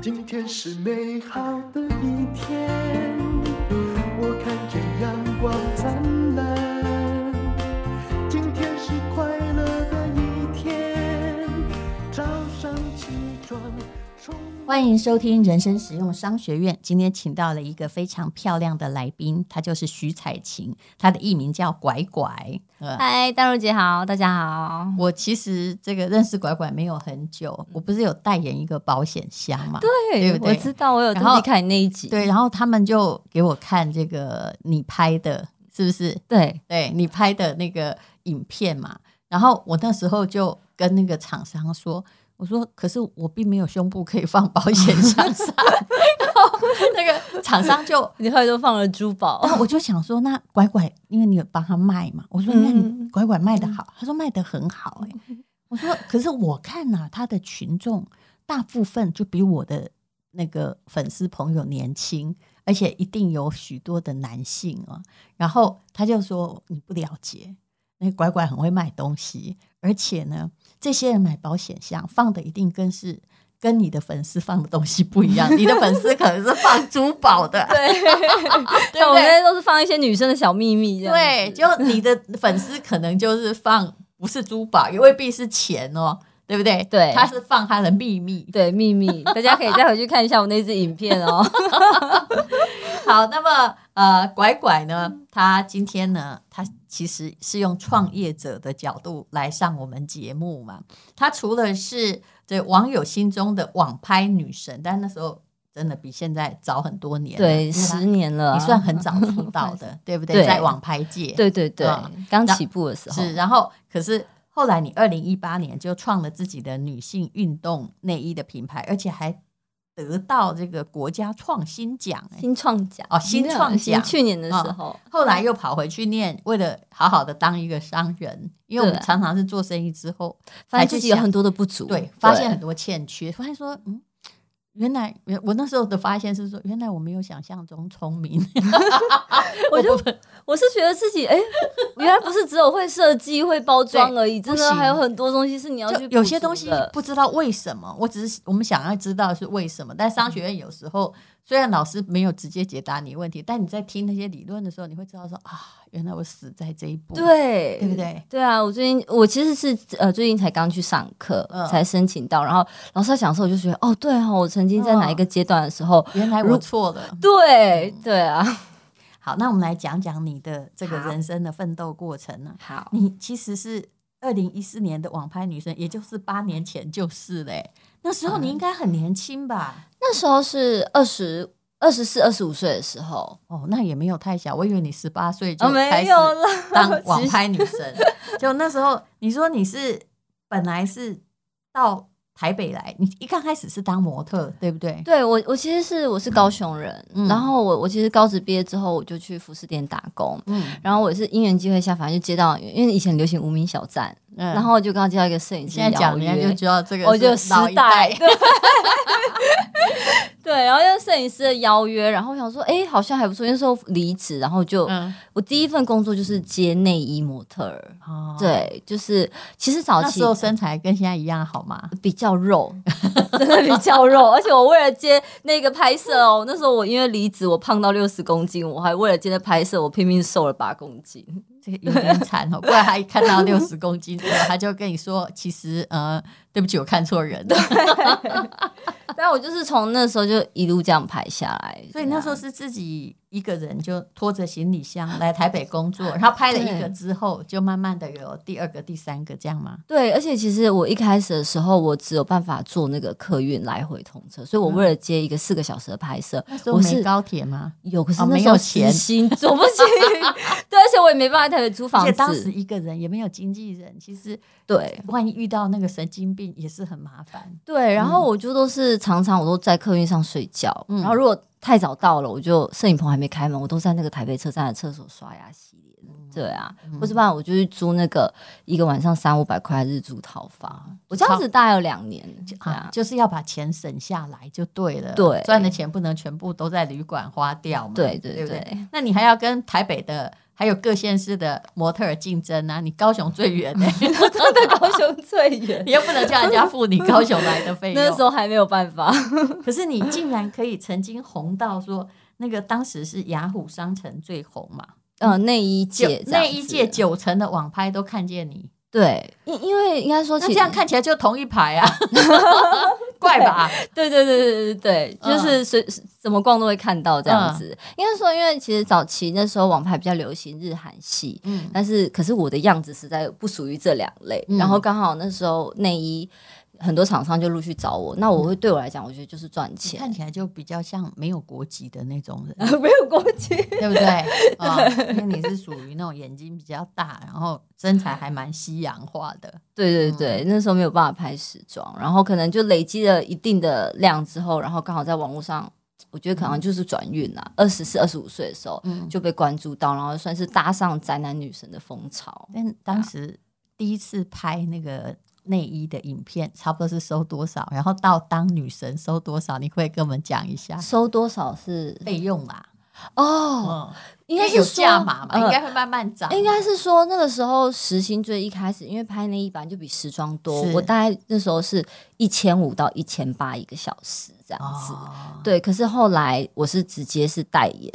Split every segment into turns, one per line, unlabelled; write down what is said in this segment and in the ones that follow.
今天是美好的一天，我看见阳光灿烂。今天是快乐的一天，早上起床充满
欢迎收听人生实用商学院。今天请到了一个非常漂亮的来宾，她就是徐彩琴，她的艺名叫拐拐。呃
嗨，大如姐好，大家好。
我其实这个认识拐拐没有很久，我不是有代言一个保险箱嘛？嗯对不对
我知道，我有
然后
特地看你那一集。
对，然后他们就给我看这个你拍的，是不是？
对，
对你拍的那个影片嘛。然后我那时候就跟那个厂商说，我说可是我并没有胸部可以放保险箱上， 然后那个厂商就。
你后来都放了珠宝
然， 后我就想说，那拐拐，因为你有帮他卖嘛，我说那你
嗯
拐拐卖的好，他说卖的很好、欸，我说可是我看呐、他的群众大部分就比我的那个粉丝朋友年轻，而且一定有许多的男性啊。然后他就说你不了解，那拐拐很会卖东西，而且呢，这些人买保险箱放的一定更是。跟你的粉丝放的东西不一样，你的粉丝可能是放珠宝的，
对，
对不
我
对
那些都是放一些女生的小秘密这样
对，
子。
就你 的粉丝可能就是放不是珠宝，也未必是钱哦，对不对？
对
他是放他的秘密。
对秘密，大家可以再回去看一下我那支影 片哦。
好，那么呃，拐拐呢，他今天呢，他其实是用创业者的角度来上我们节目嘛。他除了是这网友心中的网拍女神，但那时候真的比现在早很多年了，因
对，
为她
十年了啊，
你算很早出道 的，对不对？
对
在网拍界，
对对对
啊，
刚起步的时候，
是，然后可是后来你二零一八年就创了自己的女性运动内衣的品牌，而且还得到这个国家创新奖、哎，
新创奖
哦新创奖嗯
去年的时候，
后来又跑回去念，为了好好的当一个商人，因为我们
对
常常是做生意之后，
发现自己有很多的不足，
对，发现很多欠缺，发现说，嗯，原来原我那时候的发现是说，原来我没有想象中聪明，
我就我是觉得自己哎，原来不是只有会设计、会包装而已，
对
真
不
的
行
还有很多东西是你要去
就
补
有些
足
东西
的
不知道为什么，嗯我只是我们想要知道是为什么。但商学院有时候虽然老师没有直接解答你问题，但你在听那些理论的时候，你会知道说啊，原来我死在这一步，
对，
对不？对？
对啊，我最近我其实是呃最近才刚去上课，
嗯
才申请到，然后老师在讲的时候，我就觉得哦，对哦，我曾经在
嗯
哪一个阶段的时候，
原来我
如
错了。
对
嗯
对啊，
好，那我们来讲讲你的这个
好
人生的奋斗过程呢、
好
你其实是二零一四年的网拍女生，也就是八年前就是嘞、那时候你应该很年轻吧？
那时候是二十二十四、二十五岁的时候，
哦，那也没有太小，我以为你十八岁就
哦，
开
没
始
有啦，
当网拍女神。就那时候，你说你是本来是到台北来，你一刚开始是当模特，对不对？
对我，我其实是我是高雄人，
嗯
然后我我其实高职毕业之后，我就去服饰店打工。
嗯，
然后我也是因缘机会下，反正就接到，因为以前流行无名小站，
然
然后就刚好接到一个摄影师
嗯现在讲
邀
人家
约
就，知道这个
我就是时
老一
代
代，，
对 对，然后因为摄影师的邀约，然后我想说，哎，好像还不错，那时候离职，然后就、
嗯，
我第一份工作就是接内衣模特儿，
哦，
对，就是其实早
那
期
时候身材跟现在一样好吗？
比 较肉，真的比较肉。而且我为了接那个拍摄哦，那时候我因为离职，我胖到六十公斤，我还为了接那拍摄，我拼命瘦了八公斤。
这个有点 惨哦，不然他一看到六十公斤，他就跟你说，其实呃，对不起，我看错人了。
但我就是从那时候就一路这样拍下来。
所以那时候是自己一个人就拖着行李箱来台北工作，然后拍了一个之后，就慢慢的有第二个、第三个这样吗？
对，而且其实我一开始的时候，我只有办法坐那个客运来回通车，所以我为了接一个四个小时的拍摄，
嗯那时候
我
没
是
高铁吗？
有，可是
哦
那
没
时候
有钱
时薪做不起，对，而且我也没办法在台北 租
而
房
且当时
子，
一个人也没有经纪人，其实
对，
万一遇到那个神经病也是很麻烦。
对，然后我就都是常常我都在客运上睡觉，
嗯
然后如果太早到了，我就摄影棚还没开门，我都在那个台北车站的厕所刷牙洗脸。
嗯
对啊，或是不然我就去租那个一个晚上三五百块日租套房，我这样子大概有两年。对
啊
啊，，
就是要把钱省下来就对了。
对
赚的钱不能全部都在旅馆花掉嘛。
对
对
对
不对
对
那你还要跟台北的，还有各县市的模特儿竞争啊，你高雄最远 呢、
真的高雄最远
你。又不能叫人家付你高雄来的 费用。
那时候还没有办法，
可是你竟然可以曾经红到说，那个当时是雅虎商城最红嘛，
呃，那一
九
届这样
那
子
一届九成的网拍都看见你，
对，因因为应该说
那
其
这
实
样看起来就同一排 啊，怪吧？
对对对对对对，
嗯
就是随怎么逛都会看到这样子。应该说，因为其实早期那时候网拍比较流行日韩系，
嗯
但是可是我的样子实在不属于这两类。
嗯
然后刚好那时候内衣很多厂商就陆续找我，那我会对我来讲，我觉得就是赚
嗯你
钱，
看起来就比较像没有国籍的那种人，
没有过去。
对不对？啊、因为你是属于那种眼睛比较大，然后身材还蛮西洋化的，
对
嗯
对对，那时候没有办法拍时装，然后可能就累积了一定的量之后，然后刚好在网络上，我觉得可能就是转运啦。二十四、二十五岁的时候
嗯，
就被关注到，然后算是搭上宅男女神的风潮。
但当时第一次拍那个内衣的影片，差不多是收多少，然后到当女神收多少，你会跟我们讲一下
收多少是
费用啦？
哦，
嗯，
应
应
该
该
是
有
说
价码嘛，
呃
应该会慢慢涨。
应该是说那个时候时薪最一开始，因为拍内衣版就比时装多
是，
我大概那时候是一千五到一千八一个小时这样子。
哦，
对，可是后来我是直接是代言，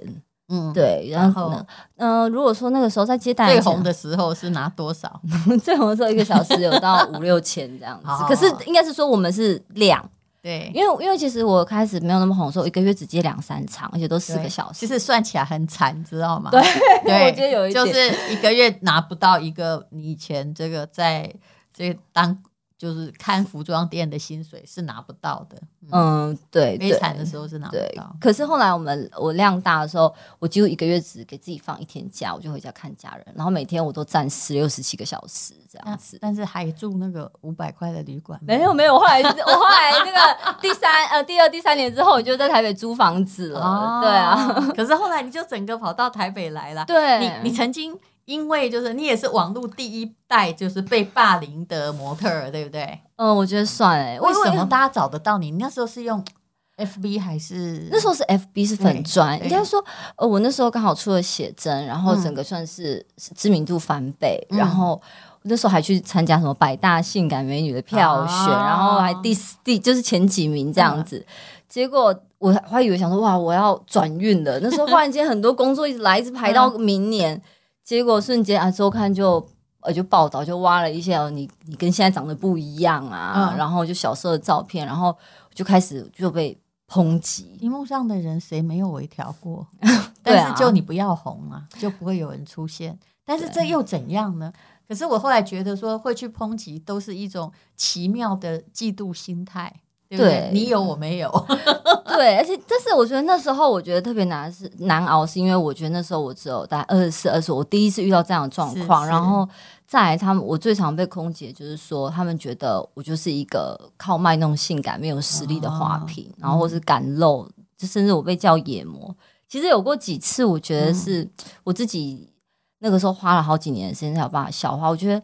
嗯，
对，然后
然后
呢，呃，如果说那个时候在接代
最
言前
红的时候是拿多少？
最红的时候一个小时有到 五六千这样子
哦，哎
可是应该是说我们是量，
对，
因为因为其实我开始没有那么红的时候，一个月只接两三场，而且都四
对
个小时，
其实算起来很惨，知道吗？
对，
对，
我觉得有一
就
点
是一个月拿不到一个你以前这个在这个当就是看服装店的薪水是拿不到的，
嗯，对，
悲
对
惨的时候是拿不
对
到，。
可是后来我们我量大的时候，我几乎一个月只给自己放一天假，我就回家看家人，然后每天我都站十六十七个小时这样
那
子。
但是还住那个五百块的旅馆吗，
没有没有，我后来我后来那个第三呃第二第三年之后，我就在台北租房子了。
哦
对啊，。
可是后来你就整个跑到台北来了，
对，
你你曾经因为就是你也是网络第一代，就是被霸凌的模特儿，对不对？
嗯、我觉得算哎、欸，
为
我
什么
我
大家找得到你？你那时候是用 FB 还是
那时候是 FB 是粉砖，
嗯对
应
对
该说，呃，我那时候刚好出了写真，然后
嗯
整个算是知名度翻倍，
嗯
然后那时候还去参加什么百大性感美女的票选，
啊嗯
然后还第四第就是前几名这样子，结果我还以为想说哇我要转运了，那时候忽然间很多工作一直来，一直排
嗯
到明年，结果瞬间啊周刊就。呃，就报道就挖了一些哦，你你跟现在长得不一样啊，
嗯
然后就小时候的照片，然后就开始就被抨击，
荧幕上的人谁没有微调 过？
对啊
但是就你不要红啊，就不会有人出现。但是这又怎样呢？可是我后来觉得说，会去抨击都是一种奇妙的嫉妒心态，对不对
对？
你有我没 有，
对，而且但是我觉得那时候我觉得特别难是难熬，是因为我觉得那时候我只有大概二十四、二十，我第一次遇到这样的状况，
是是
然后再来他们，我最常被空姐就是说，他们觉得我就是一个靠卖弄性感没有实力的花瓶，
哦
然后或是赶露，就甚至我被叫野魔。其实有过几次，我觉得
嗯
是我自己那个时候花了好几年的时间才有办法消化。我觉得、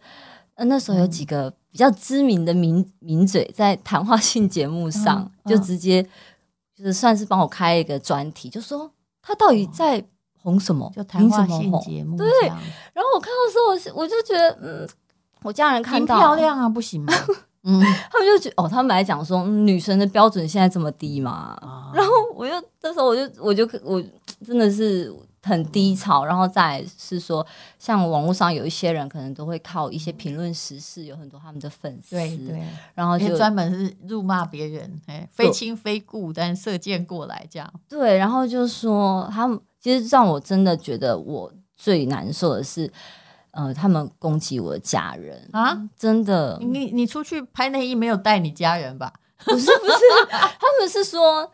呃、那时候有
嗯
几个比较知名的名名嘴在谈话性节目上，
嗯
就直接就是算是帮我开一个专题，就说他到底在红什么，
哦就谈
凭什
话
么
性
红？
节目这样。
然后我看到的时候，我是我就觉得，嗯，我家人看
挺
到
漂，亮啊，不行吗？嗯，
他们就觉哦，他们来讲说、嗯女生的标准现在这么低嘛，
哦
然后我就那时候我就我就我真的是很
嗯
低潮，然后再来是说，像网络上有一些人可能都会靠一些评论时事，有很多他们的粉丝，
对对，
然后
而且
就
专门是辱骂别人，哎，非亲非故，但射箭过来这样。
对，然后就说他们其实让我真的觉得我最难受的是，呃，他们攻击我的家人，
啊，
真的，
你你出去拍内衣没有带你家人吧？
不是不是，他们是说，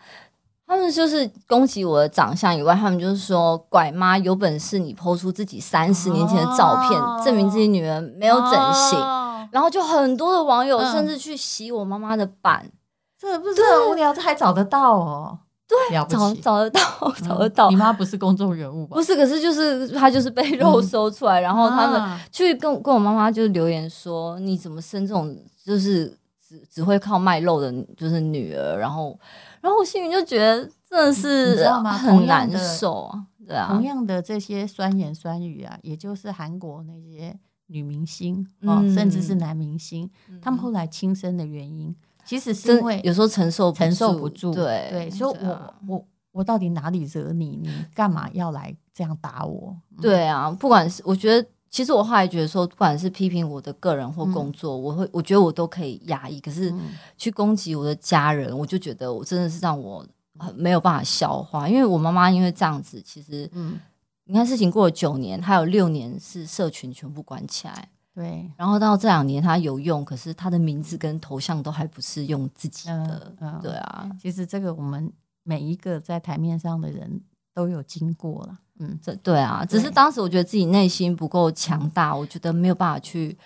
他们就是攻击我的长相以外，他们就是说，拐妈有本事你剖出自己三十年前的照片，
哦
证明自己女儿没有整形。
哦
然后就很多的网友
嗯
甚至去洗我妈妈的版，
这不是很无聊，这还找得到哦，对，了不
找
起，
找得到，
嗯
找得到
你。妈不是公众人物吧？
不是，可是就是他就是被肉搜出来，然后他们
啊
去跟跟我妈妈就留言说，你怎么生这种就是只只会靠卖肉的，就是女儿。然后，然后我心里就觉得真的
你知
是
道吗同
很
样
难
的
受啊，对啊
同，样的这些酸言酸语啊，也就是韩国那些女明星哦，
嗯
甚至是男明星，他们后来轻生的原因，其实是因为
真有时候承受
承受不住，
对
对，所以我、嗯
啊
我我到底哪里惹你？你干嘛要来这样打我？
对啊，不管是我觉得，其实我后来觉得说，不管是批评我的个人或工作，我会我觉得我都可以压抑，可是
嗯
去攻击我的家人，我就觉得我真的是让我很没有办法消化，因为我妈妈因为这样子，其实
嗯，
你看事情过了九年，她有六年是社群全部关起来。
对，
然后到这两年，她有用，可是她的名字跟头像都还不是用自己的
嗯，嗯
对啊，
其实这个我们每一个在台面上的人都有经过了，嗯，
这对啊，只是
对
当时我觉得自己内心不够强大，我觉得没有办法去，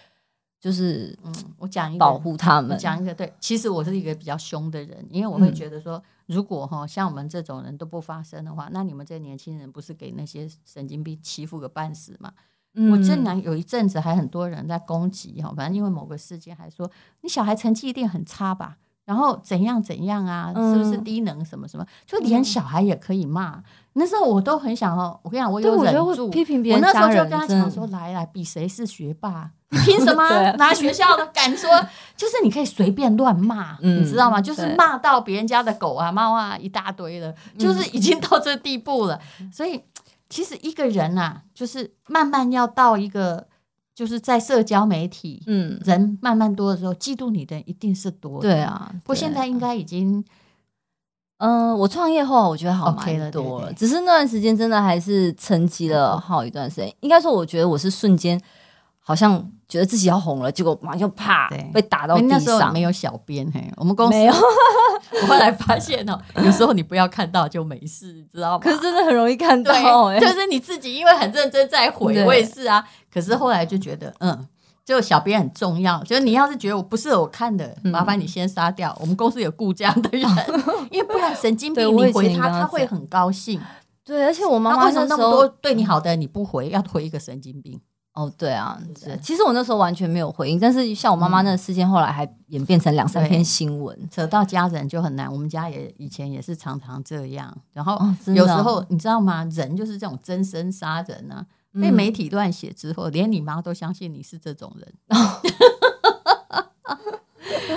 就是
我讲一个
保护他
我
们。
嗯讲一个对，其实我是一个比较凶的人，因为我会
嗯
觉得说，如果哈像我们这种人都不发声的话，那你们这些年轻人不是给那些神经病欺负个半死吗？
嗯
我竟然有一阵子还很多人在攻击哈，反正因为某个事件还说你小孩成绩一定很差吧。然后怎样怎样啊？
嗯
是不是低能什么什么？就连小孩也可以骂。那时候我都很想哦，我跟你讲，我
对，
有
我觉
忍
得会
住。
批评别
我
人
那时候
家
就
人，
跟他
真
讲
的
说，来来，比谁是学霸， 你凭什么
对
拿学校的敢说？就是你可以随便乱 骂，
嗯
你知道吗？就是
对
骂到别人家的狗啊、猫啊一大堆了，
嗯
就是已经到这地步 了。所以其实一个人啊，就是慢慢要到一个，就是在社交媒体、
嗯，
人慢慢多的时候，嫉妒你的人一定是多的。
对啊。
不过现
对
在应该已经
嗯，我创业后我觉得好
OK 了
蛮多
对嗯
了，
对
只是那段时间真的还是沉寂了好一段时间。应该说，我觉得我是瞬间好像觉得自己要红了，结果马上就啪
对
被打到地
哎那时候
啊上，
没有小编嘿，我们公司
没 有，
我后来发现哦，有时候你不要看到就没事，你知道吗？
可是真的很容易看到、
对，
欸，
就是你自己因为很认真在回，
对
我也是啊。可是后来就觉得，嗯，就小编很重要。就是你要是觉得我不是我看的，
嗯
麻烦你先杀掉。我们公司有雇这样 的人，因为不然神经
对
病，
我
你
以前
回
也
他
跟他
他会
讲
很高兴。
对，而且我妈
那
妈
为什么
那
那
时
么多
候嗯
对你好的你不回，要回一个神经病？
哦，对啊，
对嗯
是其实我那时候完全没有回应，但是像我妈妈那个事件，后来还演变成两三
对
篇新闻。
扯到家人就很难，我们家也以前也是常常这样。然后
哦真的
有
哦
时候你知道吗？人就是这种真身杀人啊，被
嗯
媒体乱写之后，连你妈都相信你是这种 人。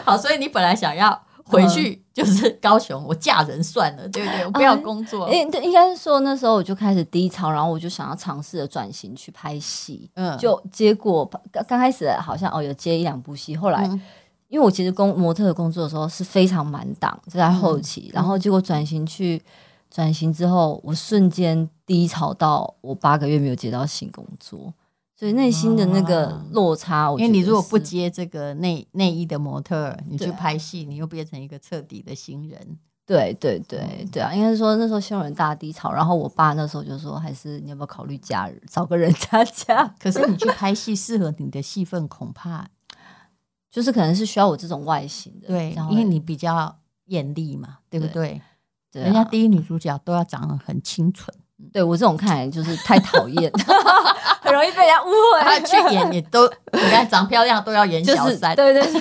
好，所以你本来想要回
嗯
去就是高雄，我嫁人算了，对不对？我不
啊
要工作。
诶、对应该是说那时候我就开始低潮，然后我就想要尝试着转型去拍戏，
嗯
就结果刚刚开始好像哦有接一两部戏，后来、
嗯
因为我其实工模特的工作的时候是非常满档，就在后
嗯
期，然后结果转型去转型之后，我瞬间低潮到我八个月没有接到新工作，所以内心的那个
哇
落差我
因
觉得
为
是，
你如果不接这个内内衣的模特儿，你去
对啊
拍戏，你又变成一个彻底的新人。
对对
嗯
对对啊，应该是说那时候新闻大低潮，然后我爸那时候就说，还是你要不要考虑嫁人，找个人 家嫁，
可是你去拍戏，适合你的戏份恐怕
就是可能是需要我这种外形的，
对
然，后
因为你比较艳丽嘛，对不对？
对啊、
人家第一女主角都要长得很清 纯，
对我这种看起来就是太讨厌， 很容易被人家误
她
会，
去演也都，你看长漂亮都要演
就
小
是
三，
对对对，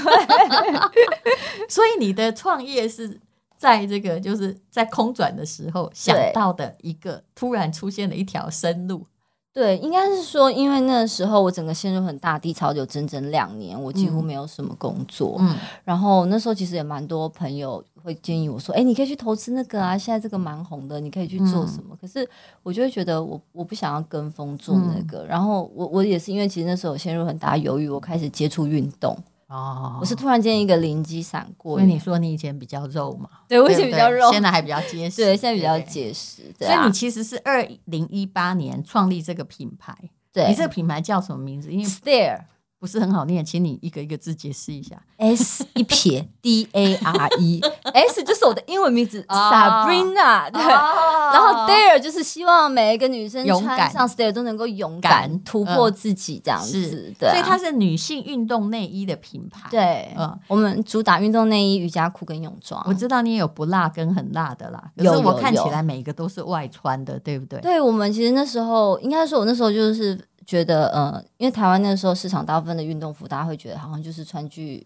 所以你的创业是在这个就是在空转的时候想到的一个突然出现的一条生路，
对，应该是说，因为那时候我整个陷入很大低潮，有整整两年，我几乎没有什么工作。
嗯，
然后那时候其实也蛮多朋友会建议我说：“哎、你可以去投资那个啊，现在这个蛮红的，你可以去做什
嗯
么。可是我就会觉得我我不想要跟风做那
嗯
个。然后我我也是因为其实那时候我陷入很大的犹豫，我开始接触运动。
哦
我是突然间一个灵机闪过，
因为你说你以前比较肉嘛，
对我以
对不
前比较
对
肉，
现在还比较 结实，
对现在比较
对不对。
结实，对
所以
啊
你，其实是二零一八年创立这个品牌，
对
你这个品牌叫什么名字？因为
stare。
不是很好念，请你一个一个字解释一下。
S 一撇 D A R E S 就是我的英文名字
哦
Sabrina，对。然
然
后 Dare 就是希望每一个女生
勇敢
穿上 Dare 都能够勇
敢
敢突破
嗯
自己这样
是
子，，对啊。
所以它是女性运动内衣的品牌。，
对，
嗯
我们主打运动内衣、瑜伽裤跟泳装。
我知道你也有不辣跟很辣的啦，可
有
是我
有
看起
有
来每个都是外穿的，对不对？
对我们其实那时候，呃应该说，我那时候就是觉得，呃，因为台湾那时候市场大部分的运动服，大家会觉得好像就是穿去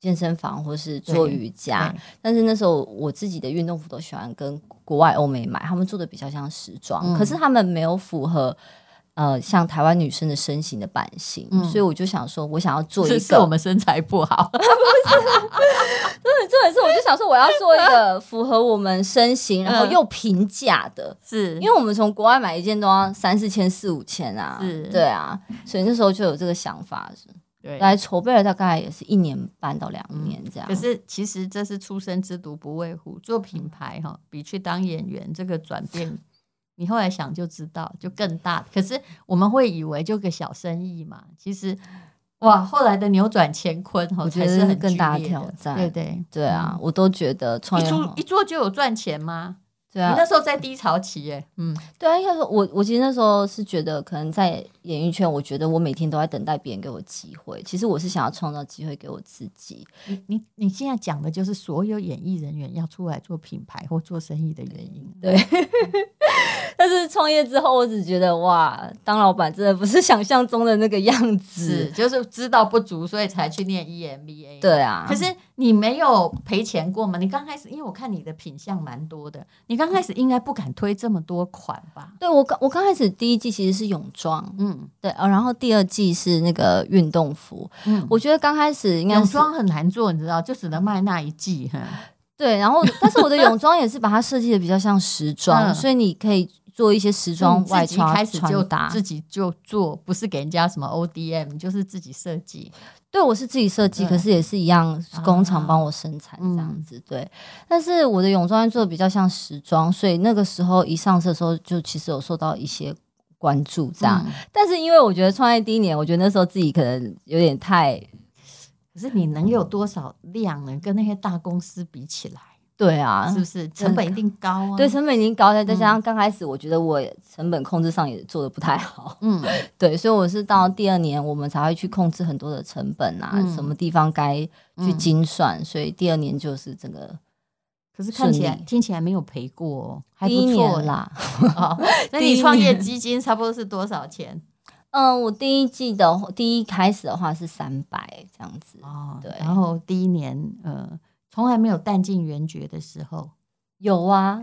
健身房或是做
对
瑜伽
对，
但是那时候我自己的运动服都喜欢跟国外欧美买，他们做的比较像时装，
嗯
可是他们没有符合呃像台湾女生的身形的版型，
嗯
所以我就想说，我想要做一
这
个，
是我们身材不好，
对， 这也是我就想说，我要做一个符合我们身形，
嗯
然后又平价的，
是
因为我们从国外买一件都要三四千、四五千啊
是，
对啊，所以那时候就有这个想法，
对嗯
来筹备了大概也是一年半到两年这样。
可是其实这是初生之犊不畏虎，做品牌哈、比去当演员这个转变，你后来想就知道，就更大。可是我们会以为就个小生意嘛，其实哇，后来的扭转乾坤哈，
我觉
才
得
是很
更大
剧
的
烈的
挑战
对对
对啊，我都觉得
嗯
创
一
业
出
好
一做就有赚钱吗？
对
你
啊
那，时候在低潮期耶，嗯，
对啊，应该说我我其实那时候是觉得，可能在演艺圈，我觉得我每天都在等待别人给我机会，其实我是想要创造机会给我自己。
你你你现在讲的就是所有演艺人员要出来做品牌或做生意的原因。
对，但是创业之后，我只觉得哇，当老板真的不是想象中的那个样
是，
子。
就是知道不足，所以才去念 E EMBA。
对啊，
可是你没有赔钱过吗？你刚开始，因为我看你的品相蛮多的，你刚开始应该不敢推这么多款吧？
对我刚我刚开始第一季其实是泳装，
嗯
对，呃然后第二季是那个运动服。
嗯，
我觉得刚开始应该
泳
是
装很难做，你知道，就只能卖那一季。哼
对，然后但是我的泳装也是把它设计的比较像时装，
嗯
所以你可以做一些时装
所以
外
你自己
穿
开始就
穿搭。
自己就做，不是给人家什么 ODM，你就是自己设计。
对，我是自己设计，
对
可是也是一样，工厂
啊
帮我生产这样
嗯
子。对，但是我的泳装做的比较像时装，所以那个时候一上市的时候，就其实有受到一些关注这样。
嗯
但是因为我觉得创业第一年，我觉得那时候自己可能有点太
可是你能有多少量呢？跟那些大公司比起来，
对啊，
是不是成本一定高啊？
对，成本已经高了，再加
嗯
上刚开始，我觉得我也成本控制上也做的不太好，
嗯，
对，所以我是到第二年，我们才会去控制很多的成本啊，
嗯
什么地方该去
嗯
精算，所以第二年就是整个
可是看起来
顺利
听起来没有赔过哦，还
第一
不错
年。啦。
哦，那
第一
你创业
年
基金差不多是多少钱？
嗯，我第一季的话第一开始的话是三百这样子，
哦，
对
然后第一年，呃，从来没有弹尽援绝的时候，
有啊，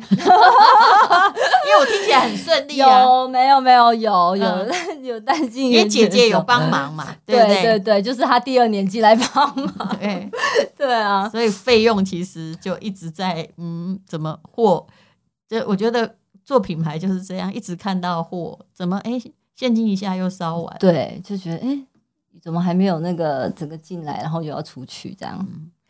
因为我听起来很顺利 啊，
有没有没有有有
嗯
有 淡季，
因为姐姐有帮，忙嘛， 对不
对对对，就是他第二年季来帮忙，
对
对啊，
所以费用其实就一直在，嗯，怎么货？这我觉得做品牌就是这样，一直看到货，怎么哎，现金一下又烧完，
对，就觉得哎、诶怎么还没有那个整个进来，然后又要出去这样？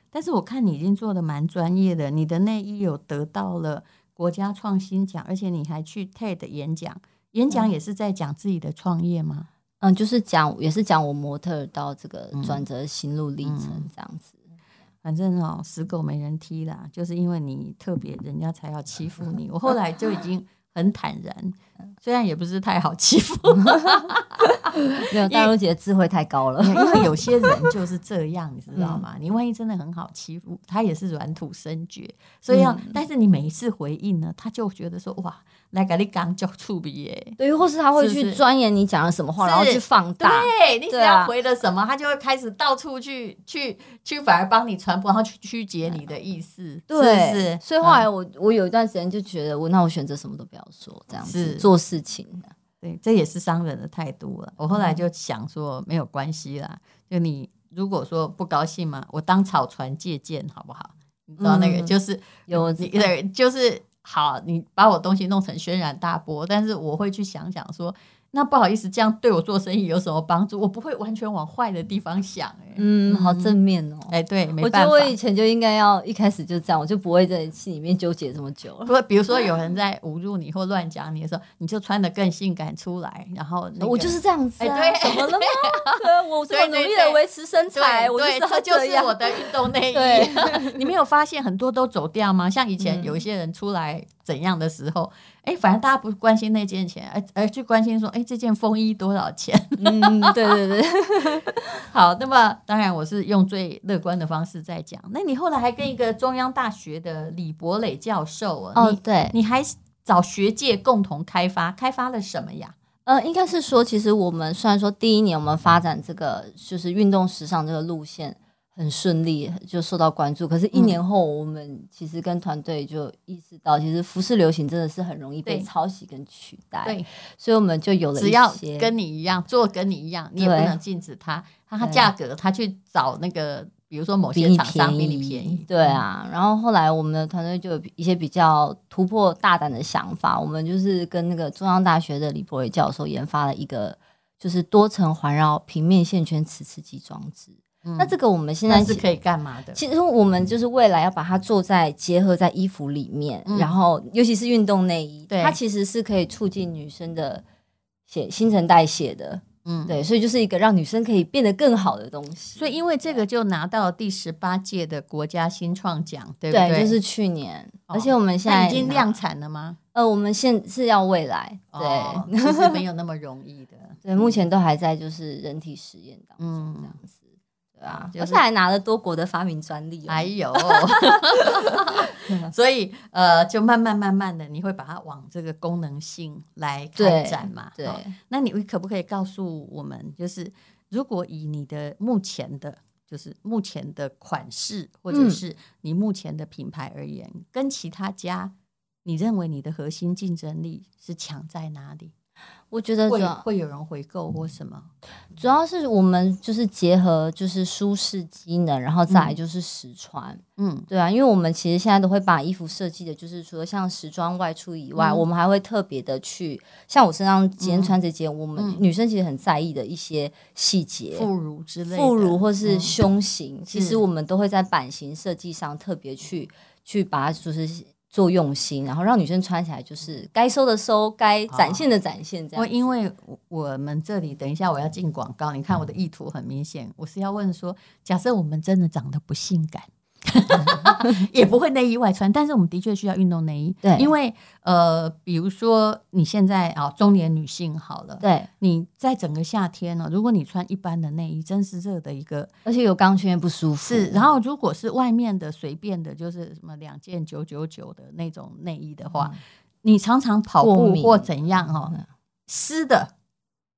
但是我看你已经做的蛮专业的，你的内衣有得到了国家创新奖，而且你还去 TED 演讲，演讲也是在讲自己的创业吗？
嗯，就是讲也是讲我模特儿到这个
嗯
转折心路历程
嗯
这样子。
反正哦，死狗没人踢啦，就是因为你特别，人家才要欺负你。我 后来就已经很坦 然，虽然也不是太好欺负，
没有大陆姐的智慧太高了，
因为有些人就是这样，你知道吗？嗯你万一真的很好欺负，他也是软土生绝，所以要，但是你每一次回应呢，他就觉得说哇，来给你刚叫触鼻耶。
对，或是他会
是
去
是
钻研你讲了什么话，然后
是
去放大。
对，你只
对啊
要回了什么，他就会开始到处去去去，反而帮你传播，然后去曲解你的意思，是不是？嗯
所以后来我、我有一段时间就觉得我，那我选择什么都不要说，这样子
是
做事情。啊
对，这也是商人的态度了。我后来就想说，没有关系啦，就你如果说不高兴嘛，我当草船借箭好不好？你知道那个
嗯
就是
有我知
你对，就是好，你把我东西弄成轩然大波，但是我会去想想说，那不好意思，这样对我做生意有什么帮助？我不会完全往坏的地方想、欸，
嗯，好正面哦。
哎，对，没
我觉
办
得
法
我。以前就应该要一开始就这样，我就不会在心里面纠结这么久了。
不，比如说有人在侮辱你或乱讲你的时候，你就穿的更性感出来，然后、那个
我就是这样子、啊，
哎对
怎么 了吗？对，我这
对
么努
对
力的
对
维持身材，
对，
我
对，
要
这就
这
是
样
我。的运动内
对
衣。你没有发现很多都走掉吗？像以前
嗯
有一些人出来怎样的时候，哎、反正大家不关心那件钱，而而去关心说，哎、这件风衣多少钱？
嗯，对对对，
好，那么当然我是用最乐观的方式在讲。那你后来还跟一个中央大学的李博磊教授啊，
哦
你
对，
你还找学界共同开发，开发了什么呀？
呃，应该是说，其实我们虽然说第一年我们发展这个就是运动时尚这个路线。很顺利，就受到关注。可是，一年后，我们其实跟团队就意识到，其实服饰流行真的是很容易被
对
抄袭跟取代。
对，
所以我们就有了一
只要
些
跟你一样做跟你一样，你也不
对
能禁止他，他他
对啊
价格他去找那个，比如说某
比
些
你
厂商
便
比
宜，
你便宜，嗯
对啊。然后后来我们的团队就有一些比较突破大胆的想法，我们就是跟那个中央大学的李博伟教授研发了一个，就是多层环绕平面线圈磁刺激装置。
嗯，
那这个我们现在
那是可以干嘛的？
其实我们就是未来要把它做在结合在衣服里面，
嗯
然后尤其是运动内衣，
对
它其实是可以促进女生的血新陈代谢的，
嗯，。
对，所以就是一个让女生可以变得更好的东西。
所以因为这个就拿到第十八届的国家新创奖，对不
对，
对？
就是去年，
哦
而且我们现
那
在
已经量产了吗？
呃，我们现是要未来，对、
哦其实没有那么容易的。
对，目前都还在就是人体实验当中
嗯
这样子， 对啊，
就是哎
而且还拿了多国的发明专利、哦，
还 有，所以呃，就慢慢慢慢的，你会把它往这个功能性来开
对
展嘛？
对
哦那你可不可以告诉我们，就是如果以你的目前的，就是目前的款式，或者
嗯
是你目前的品牌而言，跟其他家，你认为你的核心竞争力是强在哪里？
我觉得主
会
要
会有人回购或什么？
主要是我们就是结合就是舒适机能，然后再来
嗯
就是实穿，
嗯
对啊，因为我们其实现在都会把衣服设计的，就是除了像时装外出以外，
嗯
我们还会特别的去，像我身上今天
嗯
穿这件，我们
嗯
女生其实很在意的一些细节，
副乳之类的，
副乳或是
嗯
胸型，其
是
实我们都会在版型设计上特别去去把它就是做用心，然后让女生穿起来就是该收的收，该展现的展现这
啊
样
我
子。
因为我我们这里等一下我要进广告，你看我的意图很明显，我是要问说，假设我们真的长得不性 感，也不会内衣外穿，但是我们的确需要运动内衣，
对
因为呃，比如说你现在啊、中年女性好了，
对，
你在整个夏天呢、如果你穿一般的内衣，真是热的一个
而且有钢圈不舒服。
是，然后如果是外面的随便的，就是什么两件九九九的那种内衣的话，你常常跑
嗯过
步
敏
或怎样哦
嗯，
湿的，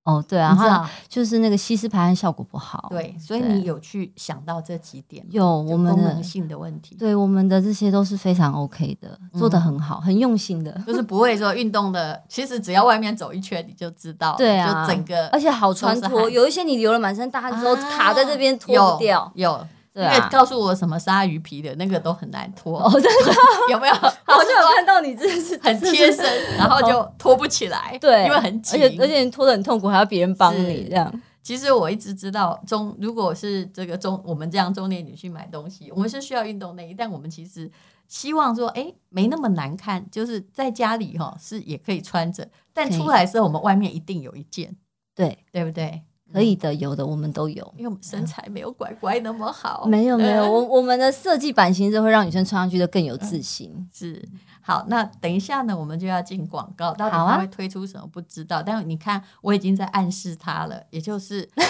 哦，对啊，
你知
它
道。
就是那个吸湿排汗效果不好。
对，所以
哦对
你有去想到这几点吗？
有
就
我们
功
的
能性的问题，
对我们的这些都是非常 OK 的，做的
嗯
很好，很用心的。
就是不会说运动的，其实只要外面走一圈你就知道了，
对啊，
就整个
而且好穿
都是
脱，
汗啊
有一些你流了满身大汗之后、卡在这边脱
有
不掉。
有。
对
因为
啊，
告诉我什么鲨鱼皮的那个都很难脱，
哦，真的，
有没有？
好
好
像有看到你这是哦
很贴身，然后就脱不起来，
对，
因为很
而
紧。
且而且你拖得很痛苦，还要别人帮你
是
这样。
其实我一直知道中，如果是这个中我们这样中年女性买东西，我们是需要运动内衣，但我们其实希望说，哎，没那么难看，就是在家里哈、是也可以穿着，但
可以
出来的时候我们外面一定有一件，
对，
对不对？
可以的，有的我们都有。啊
因为我们身材没有乖乖那么好，
没有没有，
嗯
我我们的设计版型是会让女生穿上去的更有自信。
是好，那等一下呢，我们就要进广告，到底
好啊
它会推出什么不知道，但你看我已经在暗示它了，也就是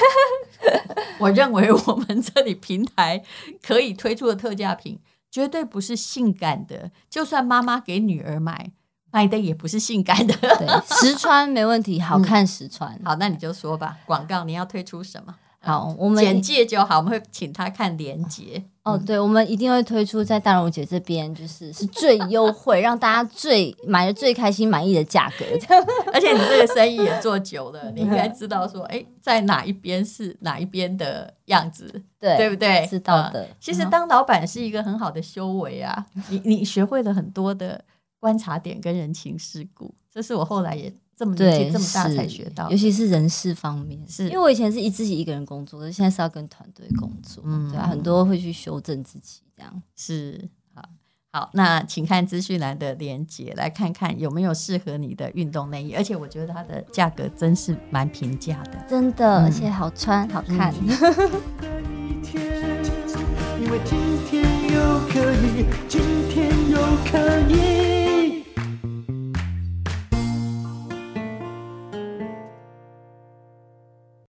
我认为我们这里平台可以推出的特价品，绝对不是性感的，就算妈妈给女儿买，买的也不是性感的。
对，实穿没问题，嗯好看实穿。
好，那你就说吧，广告你要推出什么？
好，我们
简介就好，我们会请他看连接。
哦，对，我们一定会推出在大荣姐这边，就是是最优惠，让大家最买的最开心、满意的价格。
而且你这个生意也做久了，你应该知道说，哎，在哪一边是哪一边的样子。
对，
对不对？
知道的
嗯其实当老板是一个很好的修为 啊，你你学会了很多的观察点跟人情世故，这是我后来也这么年
对，
纪这么大
是
才学到
尤。其是人事方面，
是
因为我以前是一自己一个人工作的，现在是要跟团队工作，
嗯
对啊，很多会去修正自己这样。
是好，好，那请看资讯栏的连接，来看看有没有适合你的运动内衣，而且我觉得它的价格真是蛮平价的。
真的，
嗯
而且好穿好看。
的一天，因为今天又可以，今天又可以。